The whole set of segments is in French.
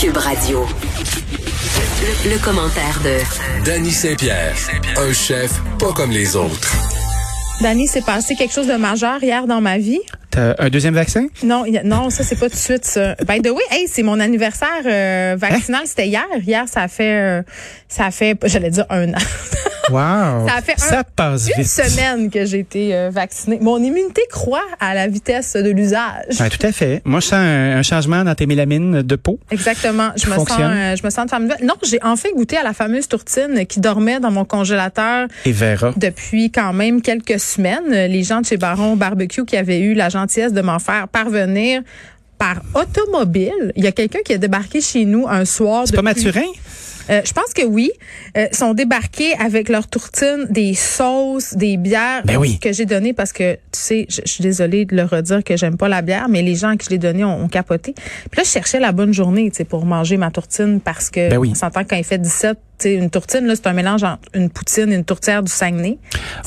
Cube Radio. Le, le commentaire de Danny Saint-Pierre, un chef pas comme les autres. Dani, s'est passé quelque chose de majeur hier dans ma vie. T'as un deuxième vaccin? Non, il y a- non, ça c'est pas tout de suite. Ça. By the way, hey, c'est mon anniversaire euh, vaccinal, Hein? c'était hier. Hier, ça a fait, euh, ça a fait, j'allais dire un an. Wow! Ça a fait un- passe Une vite. semaine que j'ai été euh, vaccinée. Mon immunité croît à la vitesse de l'usage. Ouais, tout à fait. Moi, je sens un, un changement dans tes mélamines de peau. Exactement. Je Tout me, sens, fonctionne. euh, je me sens de femme nouvelle. Non, j'ai enfin goûté à la fameuse tourtine qui dormait dans mon congélateur Et Vera. depuis quand même quelques semaines. Euh, Les gens de chez Baron Barbecue qui avaient eu la gentillesse de m'en faire parvenir par automobile. Il y a quelqu'un qui a débarqué chez nous un soir. C'est pas depuis- Mathurin? Euh, je pense que oui. Euh, sont débarqués avec leur tourtine, des sauces, des bières Ben oui. que j'ai donné parce que tu sais, je, je suis désolée de le redire que j'aime pas la bière, mais les gens à qui je l'ai donné ont, ont capoté. Puis là, je cherchais la bonne journée, tu sais, pour manger ma tourtine parce que Ben oui. on s'entend que quand il fait 17, tu sais, une tourtine là, c'est un mélange entre une poutine et une tourtière du Saguenay.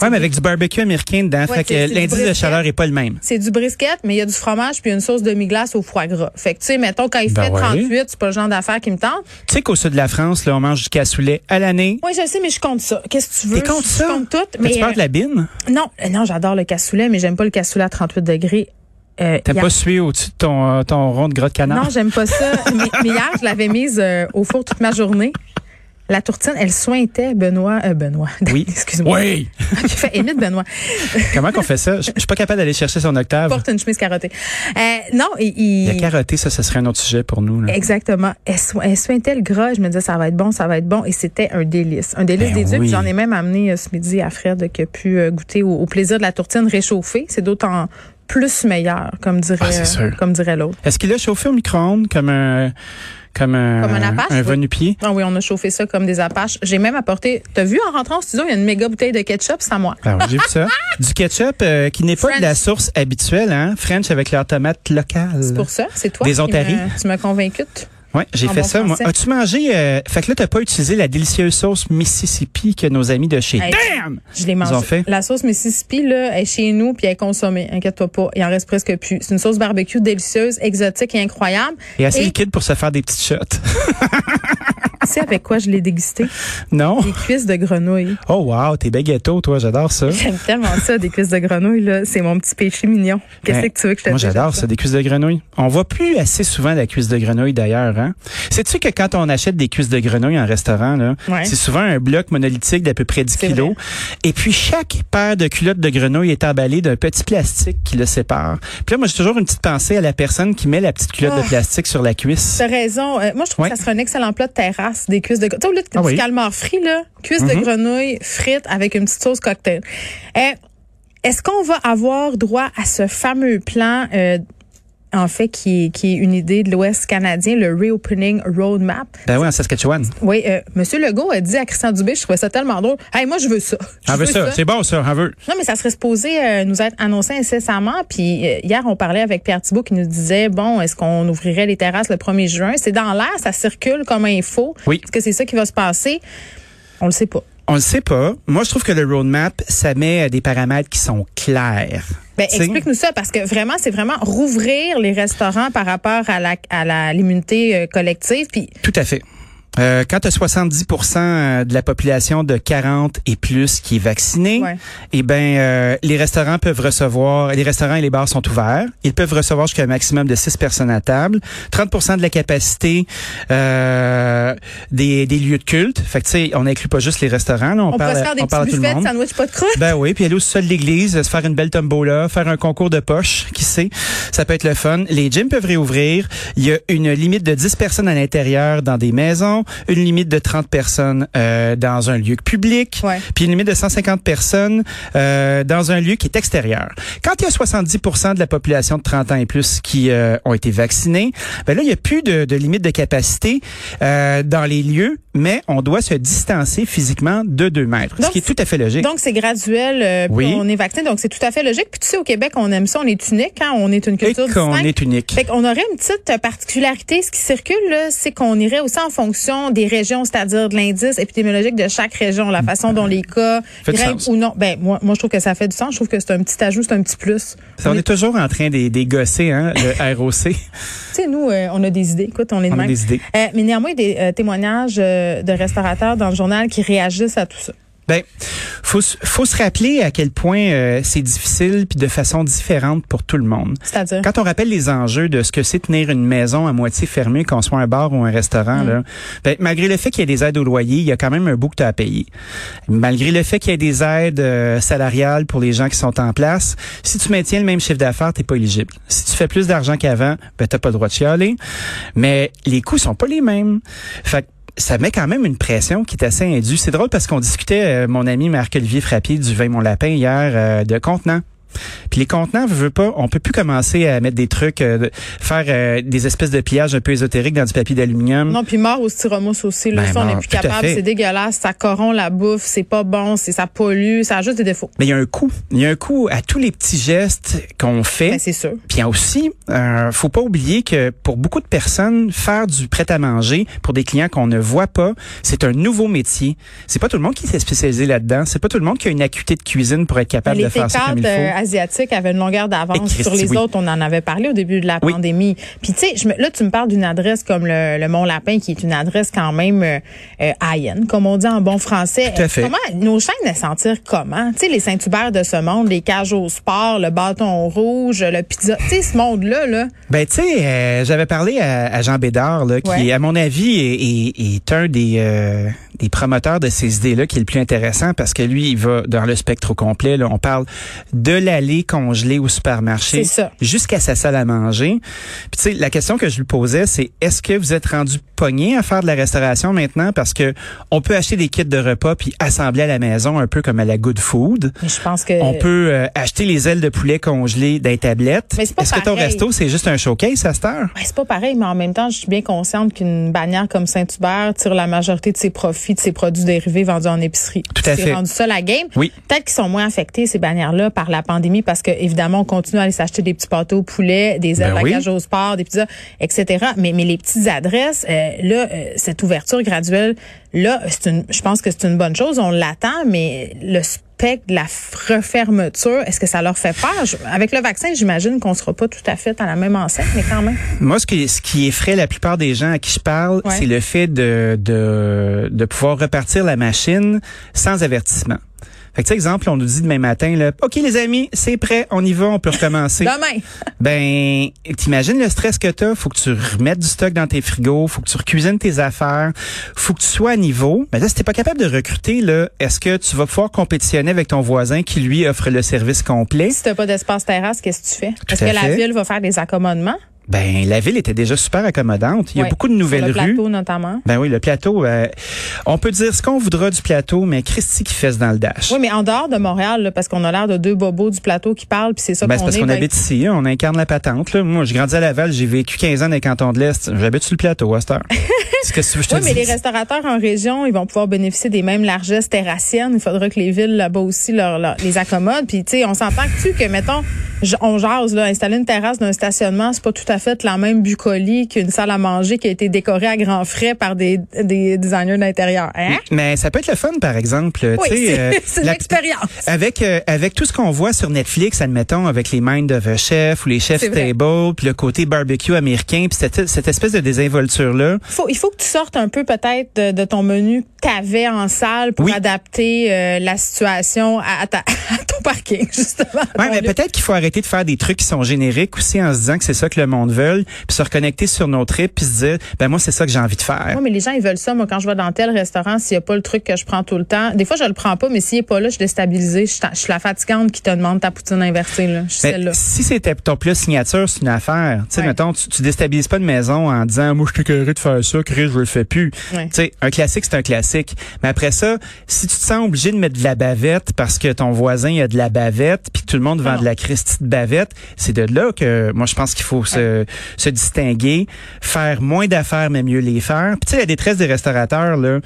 Ouais, mais avec du barbecue américain dedans. Ouais, fait que c'est- c'est du l'indice de brisket. chaleur est pas le même. C'est du brisket, mais il y a du fromage puis une sauce demi-glace au foie gras. Fait que tu sais, mettons quand il Ben fait ouais. 38, c'est pas le genre d'affaires qui me tente. Tu sais qu'au sud de la France, là, on mange du cassoulet à l'année. Oui, je sais, mais je compte ça. Qu'est-ce que tu veux T'es contre Je ça? compte tout, T'as-tu mais peur euh, de la bine? Non, euh, non, j'adore le cassoulet, mais j'aime pas le cassoulet à 38 degrés. Euh, T'aimes hier- pas suer au-dessus de ton, euh, ton rond de gras de canard? Non, j'aime pas ça. mais, mais hier, je l'avais mise euh, au four toute ma journée. La tourtine, elle sointait Benoît. euh, Benoît. Oui. Excuse-moi. Oui! J'ai fait émite Benoît. Comment qu'on fait ça? Je je suis pas capable d'aller chercher son octave. Porte une chemise carottée. Euh, non, il- il- Il a carotté, ça, ce serait un autre sujet pour nous. là. Exactement. Elle, so- elle sointait le gras. Je me disais, ça va être bon, ça va être bon. Et c'était un délice. Un délice Ben des dieux. oui. Puis J'en ai même amené euh, ce midi à Fred euh, qui a pu euh, goûter au, au plaisir de la tourtine réchauffée. C'est d'autant plus meilleur, comme dirait, Ah, c'est sûr. euh, comme dirait l'autre. Est-ce qu'il a chauffé au micro-ondes comme un, comme un, Comme un Apache, oui. venu-pied? Ah oui, on a chauffé ça comme des apaches. J'ai même apporté. T'as vu en rentrant au studio, il y a une méga bouteille de ketchup, c'est à moi. Ah oui, j'ai vu ça. Du ketchup euh, qui n'est pas French. de la source habituelle, hein? French avec leur tomate locale. C'est pour ça, c'est toi. Des qui Ontari. me- Tu m'as convaincu. Ouais, j'ai en fait bon ça. moi. français. As-tu mangé euh, Fait que là, t'as pas utilisé la délicieuse sauce Mississippi que nos amis de chez Hey. Damn. Je l'ai ont mangée. fait? La sauce Mississippi, là, elle est chez nous puis elle est consommée. Inquiète-toi pas. Il en reste presque plus. C'est une sauce barbecue délicieuse, exotique et incroyable. Et assez Et- liquide pour se faire des petites shots. tu sais avec quoi je l'ai dégusté? non Des cuisses de grenouille. Oh wow, t'es bien gâteau, toi. J'adore ça. J'aime tellement ça, des cuisses de grenouille, là. C'est mon petit péché mignon. Qu'est-ce Ben, que tu veux que je te Moi, dise? j'adore ça, des cuisses de grenouille. On voit plus assez souvent la cuisse de grenouille, d'ailleurs. Hein? Sais-tu que quand on achète des cuisses de grenouille en restaurant, là, Ouais. c'est souvent un bloc monolithique d'à peu près 10 C'est kilos. Et puis, chaque paire de culottes de grenouille est emballée d'un petit plastique qui le sépare. Puis là, moi, j'ai toujours une petite pensée à la personne qui met la petite culotte Ah. de plastique sur la cuisse. T'as raison. Euh, moi, je trouve Ouais. que ça serait un excellent plat de terrasse, des cuisses de grenouille. Tu sais, au lieu de Ah oui. Mm-hmm. du calmar frit, là, cuisses de grenouille frites avec une petite sauce cocktail. Euh, Est-ce qu'on va avoir droit à ce fameux plan, euh, en fait, qui est, qui est une idée de l'Ouest canadien, le Reopening Roadmap? Ben oui, en Saskatchewan. Oui, euh, Monsieur Legault a dit à Christian Dubé, je trouvais ça tellement drôle. Hey, moi, je veux ça. Je On veut Ah, ben ça. C'est bon, ça. On veut. non, mais ça serait supposé euh, nous être annoncé incessamment. Puis euh, hier, on parlait avec Pierre Thibault qui nous disait, bon, est-ce qu'on ouvrirait les terrasses le 1er juin? C'est dans l'air, ça circule comme info. Oui. Est-ce que c'est ça qui va se passer? On le sait pas. On le sait pas. Moi, je trouve que le roadmap, ça met euh, des paramètres qui sont clairs. Ben, Tu sais? explique-nous ça, parce que vraiment, c'est vraiment rouvrir les restaurants par rapport à la à la- l'immunité euh, collective. Puis Tout à fait. Euh, quand tu as 70 euh, de la population de 40 et plus qui est vaccinée, Ouais. eh ben euh, les restaurants peuvent recevoir, les restaurants et les bars sont ouverts. Ils peuvent recevoir jusqu'à un maximum de 6 personnes à table. 30 de la capacité euh, des, des lieux de culte. Fait que tu sais, on n'inclut pas juste les restaurants. là, on, on, peut parle, se faire des on parle à petits tout le buffets de monde. sandwich pas de croûte. Ben oui, puis aller au sol de l'église, se faire une belle tombola, faire un concours de poche, qui sait, ça peut être le fun. Les gyms peuvent réouvrir. Il y a une limite de 10 personnes à l'intérieur dans des maisons, une limite de 30 personnes euh, dans un lieu public, Ouais. puis une limite de 150 personnes euh, dans un lieu qui est extérieur. Quand il y a 70 de la population de 30 ans et plus qui euh, ont été vaccinés, ben là, il n'y a plus de, de limite de capacité euh, dans les lieux, mais on doit se distancer physiquement de 2 mètres, ce Donc, qui est tout à fait logique. Donc, c'est graduel. euh, plus Ben, Oui. On est vacciné, donc c'est tout à fait logique. Puis tu sais, au Québec, on aime ça. On est unique. Hein? On est une et culture qu'on distincte. est unique. Fait qu'on aurait une petite euh, particularité. Ce qui circule, là, c'est qu'on irait aussi en fonction des régions, c'est-à-dire de l'indice épidémiologique de chaque région, la façon dont les cas Fait du grimpent sens. ou non. Ben, moi, moi, je trouve que ça fait du sens. Je trouve que c'est un petit ajout, c'est un petit plus. Ça, on est toujours en train des, des gosser, hein, le ROC. Tu sais, nous, euh, on a des idées. Écoute, on est de On a même. des idées. Euh, mais néanmoins, il y a des euh, témoignages euh, de restaurateurs dans le journal qui réagissent à tout ça. Ben, faut, se- faut se rappeler à quel point euh, c'est difficile puis de façon différente pour tout le monde. C'est-à-dire? Quand on rappelle les enjeux de ce que c'est tenir une maison à moitié fermée, qu'on soit un bar ou un restaurant, là, ben, malgré le fait qu'il y ait des aides au loyer, il y a quand même un bout que tu as à payer. Malgré le fait qu'il y ait des aides euh, salariales pour les gens qui sont en place, si tu maintiens le même chiffre d'affaires, t'es pas éligible. Si tu fais plus d'argent qu'avant, ben, t'as pas le droit de chialer. Mais les coûts sont pas les mêmes. Fait que ça met quand même une pression qui est assez indue. C'est drôle parce qu'on discutait, euh, mon ami Marc-Olivier Frappier du Vin Mon Lapin hier, euh, de contenants. Puis les contenants, veut, veut pas, on peut plus commencer à mettre des trucs, euh, de- faire euh, des espèces de pillages un peu ésotériques dans du papier d'aluminium. Non, puis mort au styromousse aussi. Là, Ben, ça, on n'est mort, plus tout à capable. fait. C'est dégueulasse. Ça corrompt la bouffe. C'est pas bon. C'est, ça pollue. Ça a juste des défauts. Mais il y a un coût. Il y a un coût à tous les petits gestes qu'on fait. Ben, c'est sûr. Puis aussi, euh, faut pas oublier que pour beaucoup de personnes, faire du prêt à manger pour des clients qu'on ne voit pas, c'est un nouveau métier. C'est pas tout le monde qui s'est spécialisé là-dedans. C'est pas tout le monde qui a une acuité de cuisine pour être capable les de faire ça comme il pécartes, euh, faut. asiatiques avaient une longueur Et d'avance Christy, sur les oui. autres. On en avait parlé au début de la Oui. pandémie. Puis tu sais, je me- là tu me parles d'une adresse comme le, le Mont Lapin, qui est une adresse quand même euh, euh, high-end, comme on dit en bon français. Tout à fait. Comment nos chaînes elles sentir comment Tu sais, les Saint-Hubert de ce monde, les cages au sport, le bâton rouge, le pizza. Tu sais, ce monde-là, là. Ben tu sais, euh, j'avais parlé à, à Jean Bédard, là, qui Ouais. à mon avis est, est- est un des, euh, des promoteurs de ces idées-là qui est le plus intéressant parce que lui, il va dans le spectre au complet. Là, on parle de l'allée congelée au supermarché C'est ça. jusqu'à sa salle à manger. Puis tu sais, la question que je lui posais, c'est est-ce que vous êtes rendu pogné à faire de la restauration maintenant parce que on peut acheter des kits de repas puis assembler à la maison un peu comme à la Good Food. Mais je pense que On peut euh, acheter les ailes de poulet congelées des tablettes. Mais c'est pas Est-ce que ton pareil. resto, c'est juste un showcase à cette heure? Ouais, c'est pas pareil, mais en même temps, je suis bien consciente qu'une bannière comme Saint-Hubert tire la majorité de ses profits de ses produits dérivés vendus en épicerie. Tout à C'est fait. rendu ça la game. Oui. Peut-être qu'ils sont moins affectés, ces bannières-là, par la pandémie, parce que, évidemment, on continue à aller s'acheter des petits pâtés au poulet, des ailes Ben à oui. cage au sport, des pizzas, etc. Mais, mais les petites adresses, euh, là, euh, cette ouverture graduelle, là, c'est une, je pense que c'est une bonne chose. On l'attend, mais le spectre de la f- refermeture, est-ce que ça leur fait peur? Je- avec le vaccin, j'imagine qu'on sera pas tout à fait dans la même enceinte, mais quand même. Moi, ce qui, ce qui effraie la plupart des gens à qui je parle, Ouais. c'est le fait de, de, de pouvoir repartir la machine sans avertissement. Fait que, tu sais, exemple, on nous dit demain matin, là, OK, les amis, c'est prêt, on y va, on peut recommencer. Demain! ben, t'imagines le stress que t'as. Faut que tu remettes du stock dans tes frigos, faut que tu recuisines tes affaires, faut que tu sois à niveau. Mais là, si t'es pas capable de recruter, là, est-ce que tu vas pouvoir compétitionner avec ton voisin qui, lui, offre le service complet? Si t'as pas d'espace terrasse, qu'est-ce que tu fais? Est-ce à que la fait. ville va faire des accommodements? Ben, la ville était déjà super accommodante. Il y a Ouais. beaucoup de nouvelles Sur le rues. plateau, notamment. Ben oui, le plateau. euh, on peut dire ce qu'on voudra du plateau, mais Christy qui fesse dans le dash. Oui, mais en dehors de Montréal, là, parce qu'on a l'air de deux bobos du plateau qui parlent, puis c'est ça Ben, c'est qu'on parce est. qu'on ben, habite ici, hein, on incarne la patente. Là. Moi, j'ai grandi à Laval, j'ai vécu 15 ans dans les cantons de l'Est. J'habite sur le plateau à cette heure. ce que tu veux que je te Oui, mais les dise? restaurateurs en région, ils vont pouvoir bénéficier des mêmes largesses terrassiennes. Il faudra que les villes là-bas aussi leur, leur- les accommodent. Puis, tu sais, on s'entend que tu que, mettons, j- on jase, là, installer une terrasse d'un stationnement, c'est pas tout à fait la même bucolique qu'une salle à manger qui a été décorée à grands frais par des, des designers d'intérieur. Hein? Mais ça peut être le fun, par exemple. Oui, tu sais, c'est euh, c'est une la- expérience. Avec euh, avec tout ce qu'on voit sur Netflix, admettons avec les Mind of a Chef ou les C'est Chef's vrai. Table, puis le côté barbecue américain, puis cette, cette espèce de désinvolture là, faut, il faut que tu sortes un peu peut-être de, de ton menu que t'avais en salle pour Oui. adapter euh, la situation à, à ta- à ton parking, justement. à Ouais, ton mais lieu. peut-être qu'il faut arrêter de faire des trucs qui sont génériques aussi en se disant que c'est ça que le monde veut, puis se reconnecter sur nos trips, puis se dire ben moi c'est ça que j'ai envie de faire. Ouais, mais les gens, ils veulent ça. Moi, quand je vais dans tel restaurant, s'il n'y a pas le truc que je prends tout le temps, des fois, je le prends pas, mais s'il n'est pas là, je suis déstabilisée. Je, suis ta- je suis la fatigante qui te demande ta poutine inversée. Là. Je suis Mais celle-là. si c'était ton plat signature, c'est une affaire. Tu sais, Ouais. mettons, tu, tu déstabilises pas une maison en disant, moi, je suis écœuré de faire ça, Chris, je le fais plus. Ouais. Tu sais, un classique, c'est un classique. éthique. Mais après ça, si tu te sens obligé de mettre de la bavette parce que ton voisin a de la bavette, puis que tout le monde vend Non. de la Christie de bavette, c'est de là que moi je pense qu'il faut se, se distinguer, faire moins d'affaires mais mieux les faire. Puis tu sais la détresse des restaurateurs là,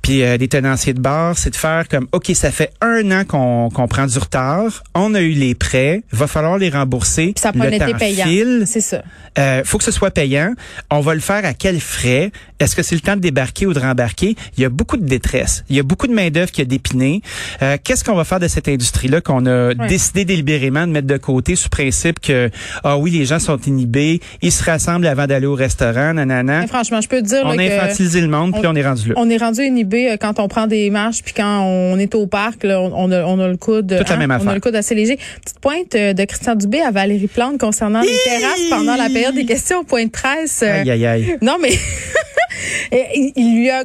puis euh, des tenanciers de bar, c'est de faire comme ok ça fait un an qu'on qu'on prend du retard, on a eu les prêts, va falloir les rembourser. Puis ça n'a pas le été temps payant. file. C'est ça. Euh, faut que ce soit payant. On va le faire à quel frais? Est-ce que c'est le temps de débarquer ou de rembarquer? Il y a beaucoup de détresse. Il y a beaucoup de main-d'œuvre qui a dépiné. Euh, Qu'est-ce qu'on va faire de cette industrie-là qu'on a décidé délibérément de mettre de côté sous principe que, ah oui, les gens sont inhibés, ils se rassemblent avant d'aller au restaurant, nanana. Mais franchement, je peux te dire On là, a que infantilisé le monde, puis on- on est rendu là. on est rendu inhibé euh, quand on prend des marches puis quand on est au parc, là, on, on a, on a le coude, hein, Toute la même on a affaire. le coude assez léger. Petite pointe euh, de Christian Dubé à Valérie Plante concernant les Hi! terrasses pendant la période des questions au point de presse. euh, Aïe, aïe, aïe. Non, mais et il- il lui a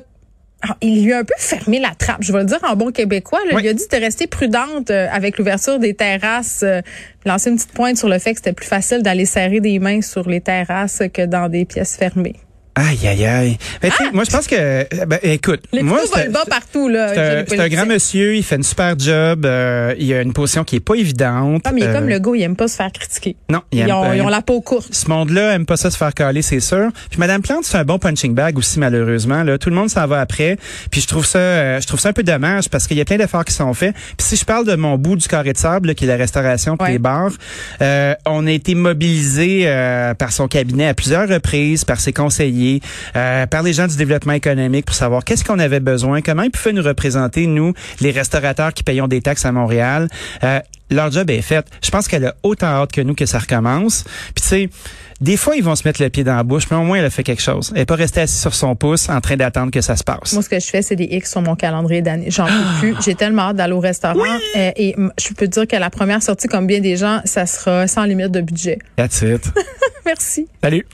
ah, il lui a un peu fermé la trappe, je vais le dire en bon québécois. là. Oui. Il a dit de rester prudente euh, avec l'ouverture des terrasses, euh, lancer une petite pointe sur le fait que c'était plus facile d'aller serrer des mains sur les terrasses que dans des pièces fermées. Aïe, aïe, aïe. Ben, tu sais, moi, je pense que, euh, ben, écoute. Ah! Les moi, couteaux c'est- volent bas partout. là. C'est un, chez les c'est un politiciens. grand monsieur, il fait une super job, euh, il a une position qui est pas évidente. Ah, mais il est Euh, comme le gars, il aime pas se faire critiquer. Non, il aime ils, ont, pas- ils il ont aime- la peau courte. Ce monde-là aime pas ça se faire caler, c'est sûr. Puis Madame Plante, c'est un bon punching bag aussi malheureusement. Là, tout le monde s'en va après. Puis je trouve ça, euh, je trouve ça un peu dommage parce qu'il y a plein d'efforts qui sont faits. Puis si je parle de mon bout du carré de sable, là, qui est la restauration, puis Ouais. les bars, euh, on a été mobilisé euh, par son cabinet à plusieurs reprises, par ses conseillers, euh, par les gens du développement économique pour savoir qu'est-ce qu'on avait besoin, comment ils pouvaient nous représenter nous, les restaurateurs qui payons des taxes à Montréal. Euh, leur job est fait. Je pense qu'elle a autant hâte que nous que ça recommence. Puis tu sais, des fois, ils vont se mettre le pied dans la bouche, mais au moins, elle a fait quelque chose. Elle n'est pas restée assise sur son pouce en train d'attendre que ça se passe. Moi, ce que je fais, c'est des X sur mon calendrier d'année. J'en peux plus. J'ai tellement hâte d'aller au restaurant. Euh, et mm, je peux te dire que la première sortie, comme bien des gens, ça sera sans limite de budget. That's it. Merci. Salut.